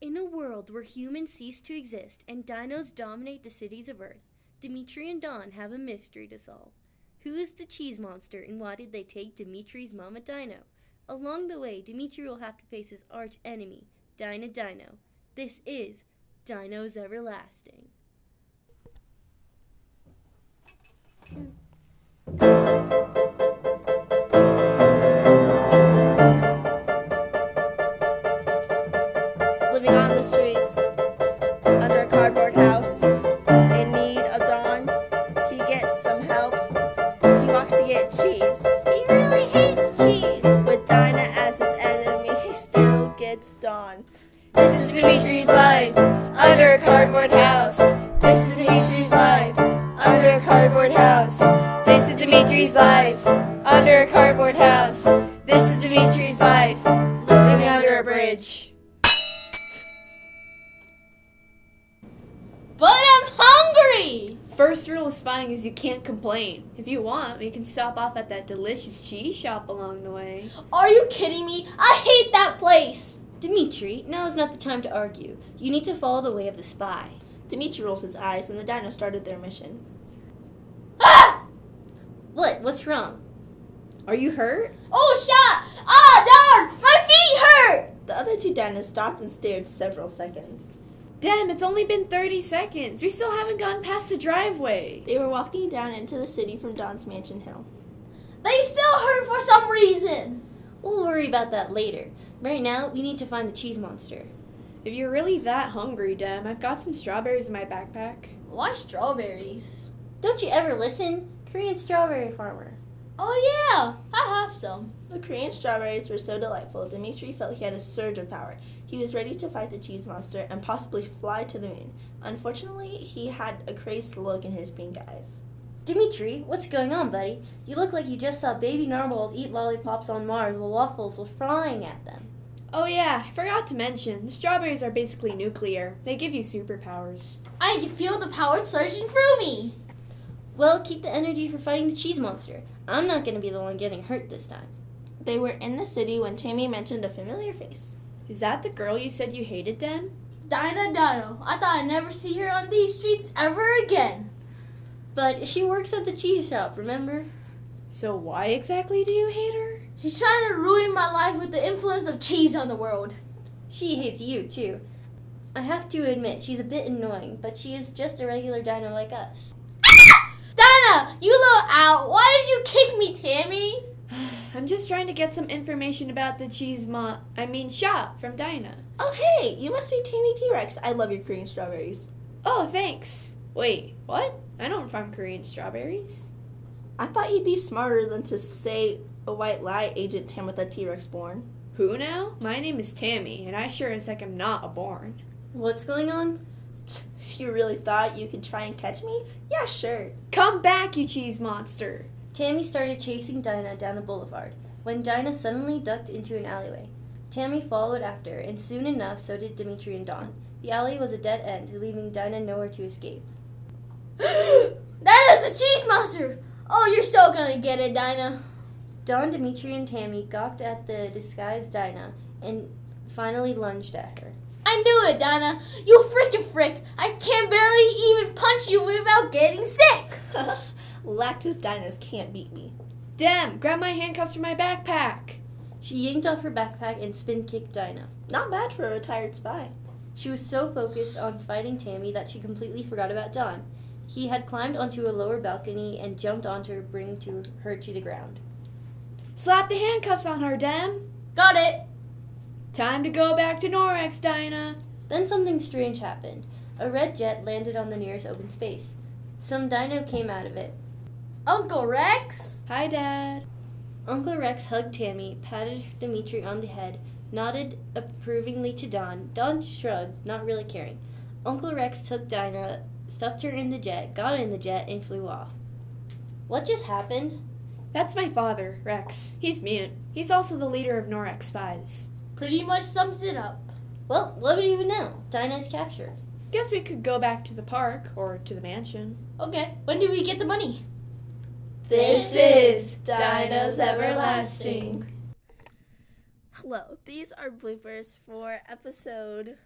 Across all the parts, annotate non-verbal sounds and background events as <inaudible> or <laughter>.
In a world where humans cease to exist and dinos dominate the cities of Earth, Dimitri and Don have a mystery to solve. Who is the cheese monster and why did they take Dimitri's mama Dino? Along the way, Dimitri will have to face his arch enemy, Dinah Dino. This is Dino's Everlasting. living on the streets under a cardboard house in need of Dawn. He gets some help. He walks to get cheese. He really hates cheese. With Dinah as his enemy, he still gets Dawn. This is Dimitri's life under a cardboard house. This is Dimitri's life under a cardboard house. This is Dimitri's life under a cardboard house. This is Dimitri's life living under a bridge. But I'm hungry! First rule of spying is you can't complain. If you want, we can stop off at that delicious cheese shop along the way. Are you kidding me? I hate that place! Dimitri, now is not the time to argue. You need to follow the way of the spy. Dimitri rolls his eyes, and the dino started their mission. Ah! What? What's wrong? Are you hurt? Oh, shot! Ah, darn! My feet hurt! The other two dinos stopped and stared several seconds. Damn, it's only been 30 seconds. We still haven't gotten past the driveway. They were walking down into the city from Dawn's mansion hill. They still hurt for some reason. We'll worry about that later. Right now, we need to find the cheese monster. If you're really that hungry, Dem, I've got some strawberries in my backpack. Why strawberries? Don't you ever listen? Korean strawberry farmer. Oh, yeah, I have some. The Korean strawberries were so delightful, Dimitri felt he had a surge of power. He was ready to fight the cheese monster and possibly fly to the moon. Unfortunately, he had a crazed look in his pink eyes. Dimitri, what's going on, buddy? You look like you just saw baby narwhals eat lollipops on Mars while waffles were flying at them. Oh, yeah, I forgot to mention, the strawberries are basically nuclear. They give you superpowers. I can feel the power surging through me. Well, keep the energy for fighting the cheese monster. I'm not going to be the one getting hurt this time. They were in the city when Tammy mentioned a familiar face. Is that the girl you said you hated, Dem? Dinah Dino, I thought I'd never see her on these streets ever again. But she works at the cheese shop, remember? So why exactly do you hate her? <sighs> She's trying to ruin my life with the influence of cheese on the world. She hates you, too. I have to admit, she's a bit annoying, but she is just a regular dino like us. Donna, Ah! you little out. Why did you kick me, Tammy? I'm just trying to get some information about the cheese mo- I mean shop from Dinah. Oh, hey, you must be Tammy T Rex. I love your Korean strawberries. Oh, thanks. Wait, what? I don't farm Korean strawberries. I thought you'd be smarter than to say a white lie, Agent Tamitha T Rex born. <laughs> Who now? My name is Tammy, and I sure as heck am not a born. What's going on? You really thought you could try and catch me? Yeah, sure. Come back, you cheese monster! Tammy started chasing Dinah down a boulevard when Dinah suddenly ducked into an alleyway. Tammy followed after, and soon enough, so did Dimitri and Don. The alley was a dead end, leaving Dinah nowhere to escape. that is the cheese monster. Oh, you're so gonna get it, Dinah. Don, Dimitri, and Tammy gawked at the disguised Dinah and finally lunged at her. I knew it, Dinah. You freaking frick. I can barely even punch you without getting sick. Lactose dinos can't beat me. Dem, grab my handcuffs from my backpack! She yanked off her backpack and spin kicked Dinah. Not bad for a retired spy. She was so focused on fighting Tammy that she completely forgot about Don. He had climbed onto a lower balcony and jumped onto her, bringing to her to the ground. Slap the handcuffs on her, Dem! Got it. Time to go back to Norex, Dinah! Then something strange happened. A red jet landed on the nearest open space. Some dino came out of it. Uncle Rex? Hi, Dad. Uncle Rex hugged Tammy, patted Dimitri on the head, nodded approvingly to Don. Don shrugged, not really caring. Uncle Rex took Dinah, stuffed her in the jet, got in the jet, and flew off. What just happened? That's my father, Rex. He's mute. He's also the leader of Norex spies. Pretty <laughs> much sums it up. Well, what would you know? Dinah's captured. Guess we could go back to the park or to the mansion. Okay, when do we get the money? This is <laughs> Dinos Everlasting. Hello, these are bloopers for episode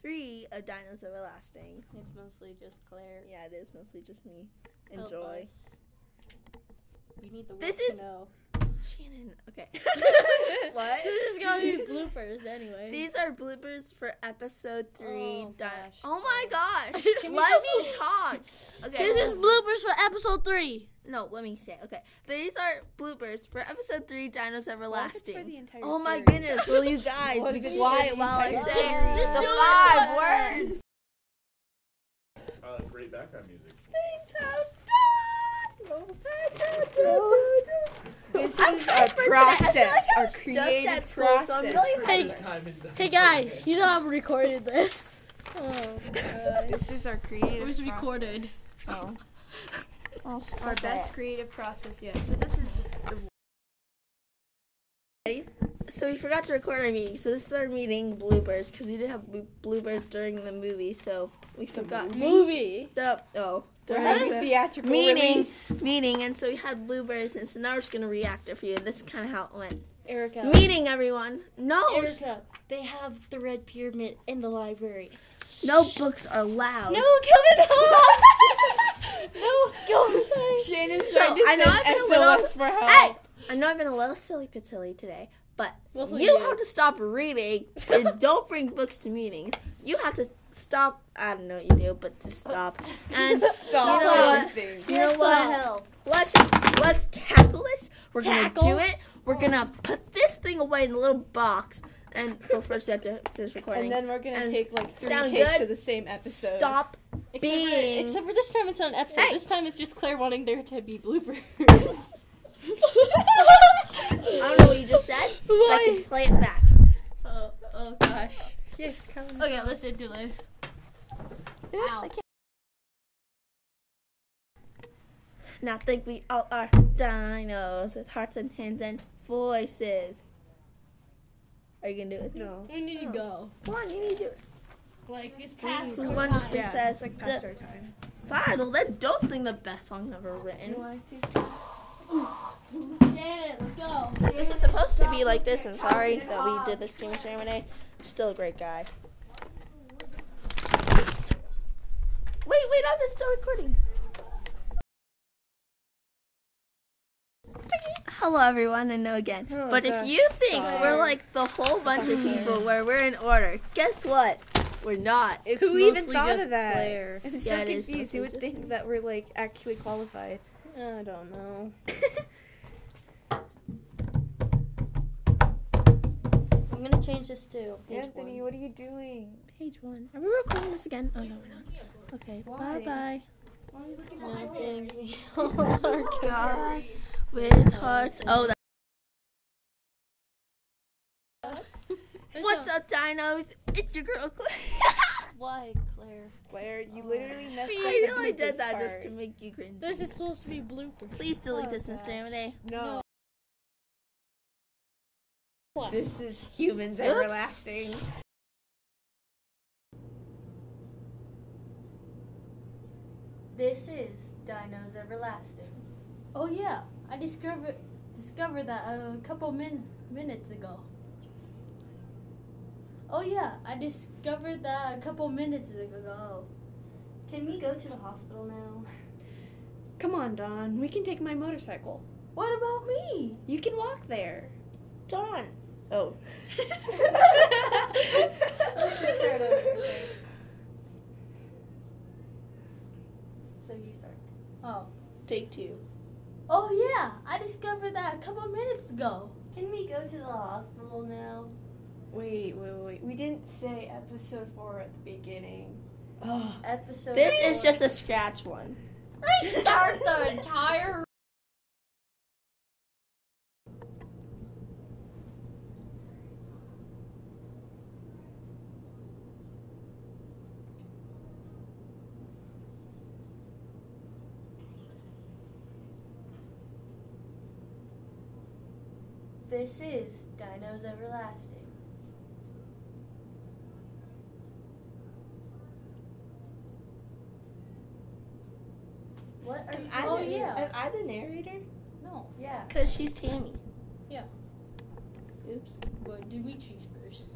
three of Dinos Everlasting. It's mostly just Claire. Yeah, it is mostly just me. Help Enjoy. us. We need the This world is- to know. Shannon. Okay. What? What? This is gonna be bloopers anyway. <laughs> These are bloopers for episode three. Oh, Di- gosh. oh my gosh. Can let we me talk. Okay. bloopers for episode three. No, let me say. Okay. These are bloopers for episode three, Dinos Everlasting. for the entire oh my series? goodness. Will you guys What be if it's quiet the while I entire say series? This- this the dude- five words? Uh, great background music. This I'm is hyped our for today. process, I our feel like I was creative just at school, so I'm process. really Hey. hyped. Time in the- Hey guys, you know I've recorded this. Oh, This is our creative. It was recorded. process. Oh. our best creative process yet. So this is So we forgot to record our meeting. So this is our meeting bloopers because we did have blo- bloopers during the movie. So we forgot movie. the oh during the the theatrical meeting release. meeting, and so we had bloopers, and so now we're just gonna react it for you. This is kind of how it went. Erica. Meeting everyone. No, Erica, they have the Red Pyramid in the library. no books are allowed. kill <laughs> it! no, go Shannon's So, trying to I know I send feel a little- SOS for help. Hey, I know I've been a little silly patilly today, but Mostly you you. have to stop <laughs> reading and don't bring books to meetings. You have to stop. I don't know what you do, but to stop <laughs> and Stop You know what? everything. You know what? Let's let's tackle this. We're Tackle? gonna do it. We're gonna put this thing away in the little box. And well, first you have to <laughs> finish recording. And then we're gonna And take like three sound takes good? of the same episode. stop being. Except for this time it's not an episode. Hey. This time it's just Claire wanting there to be bloopers. I don't know what you just said. but I can play it back. Oh, oh gosh. Yes, come Okay, listen to this. Ow. Now think we all are dinos with hearts and hands and voices. Are you gonna do it? No. We need to go. Come on, you need to do it. Like it's past So our one time. Yeah, says it's like past our time. fine. Well, then don't sing the best song ever written. Janet, let's go. This is supposed to be like this. I'm sorry that we did this team ceremony. I'm still a great guy. Wait, wait up! It's still recording. Hello, everyone, and no again. but if you think we're like the whole bunch of people where we're in order, guess what? We're not. It's Who even mostly thought of just that? Claire. I'm so Yeah, it is confused. mostly You would just think that we're like actually qualified. I don't <laughs> know. I'm gonna change this to page Anthony, what are you doing? Page one. Are we recording this again? Oh no, we're not. Okay. Why? Bye one. I think we all are bye. God <laughs> with hearts. Oh, that. Oh, What's up, dinos? It's your girl Claire. <laughs> Why, Claire? Claire, you literally messed up. I the really did bloopers that part. just to make you cringe. This is supposed to be bloopers. Please delete this, Mr. Amade. No. Plus. This is humans everlasting. This is Dinos Everlasting. Oh yeah, I discovered discovered that a couple min minutes ago. Oh yeah, I discovered that a couple minutes ago. Can we go to the hospital now? Come on, Don. We can take my motorcycle. What about me? You can walk there. Dawn. Oh. So you start. Oh. <laughs> Take two. Oh yeah, I discovered that a couple minutes ago. Can we go to the hospital now? Wait, wait, wait. We didn't say episode four at the beginning. Oh. Episode. This is just a scratch one. Restart the <laughs> entire. This is Dinos Everlasting. What are you? I Oh, the- yeah. Am I the narrator? No, yeah. Because she's Tammy. Yeah. Oops. but Dimitri's first.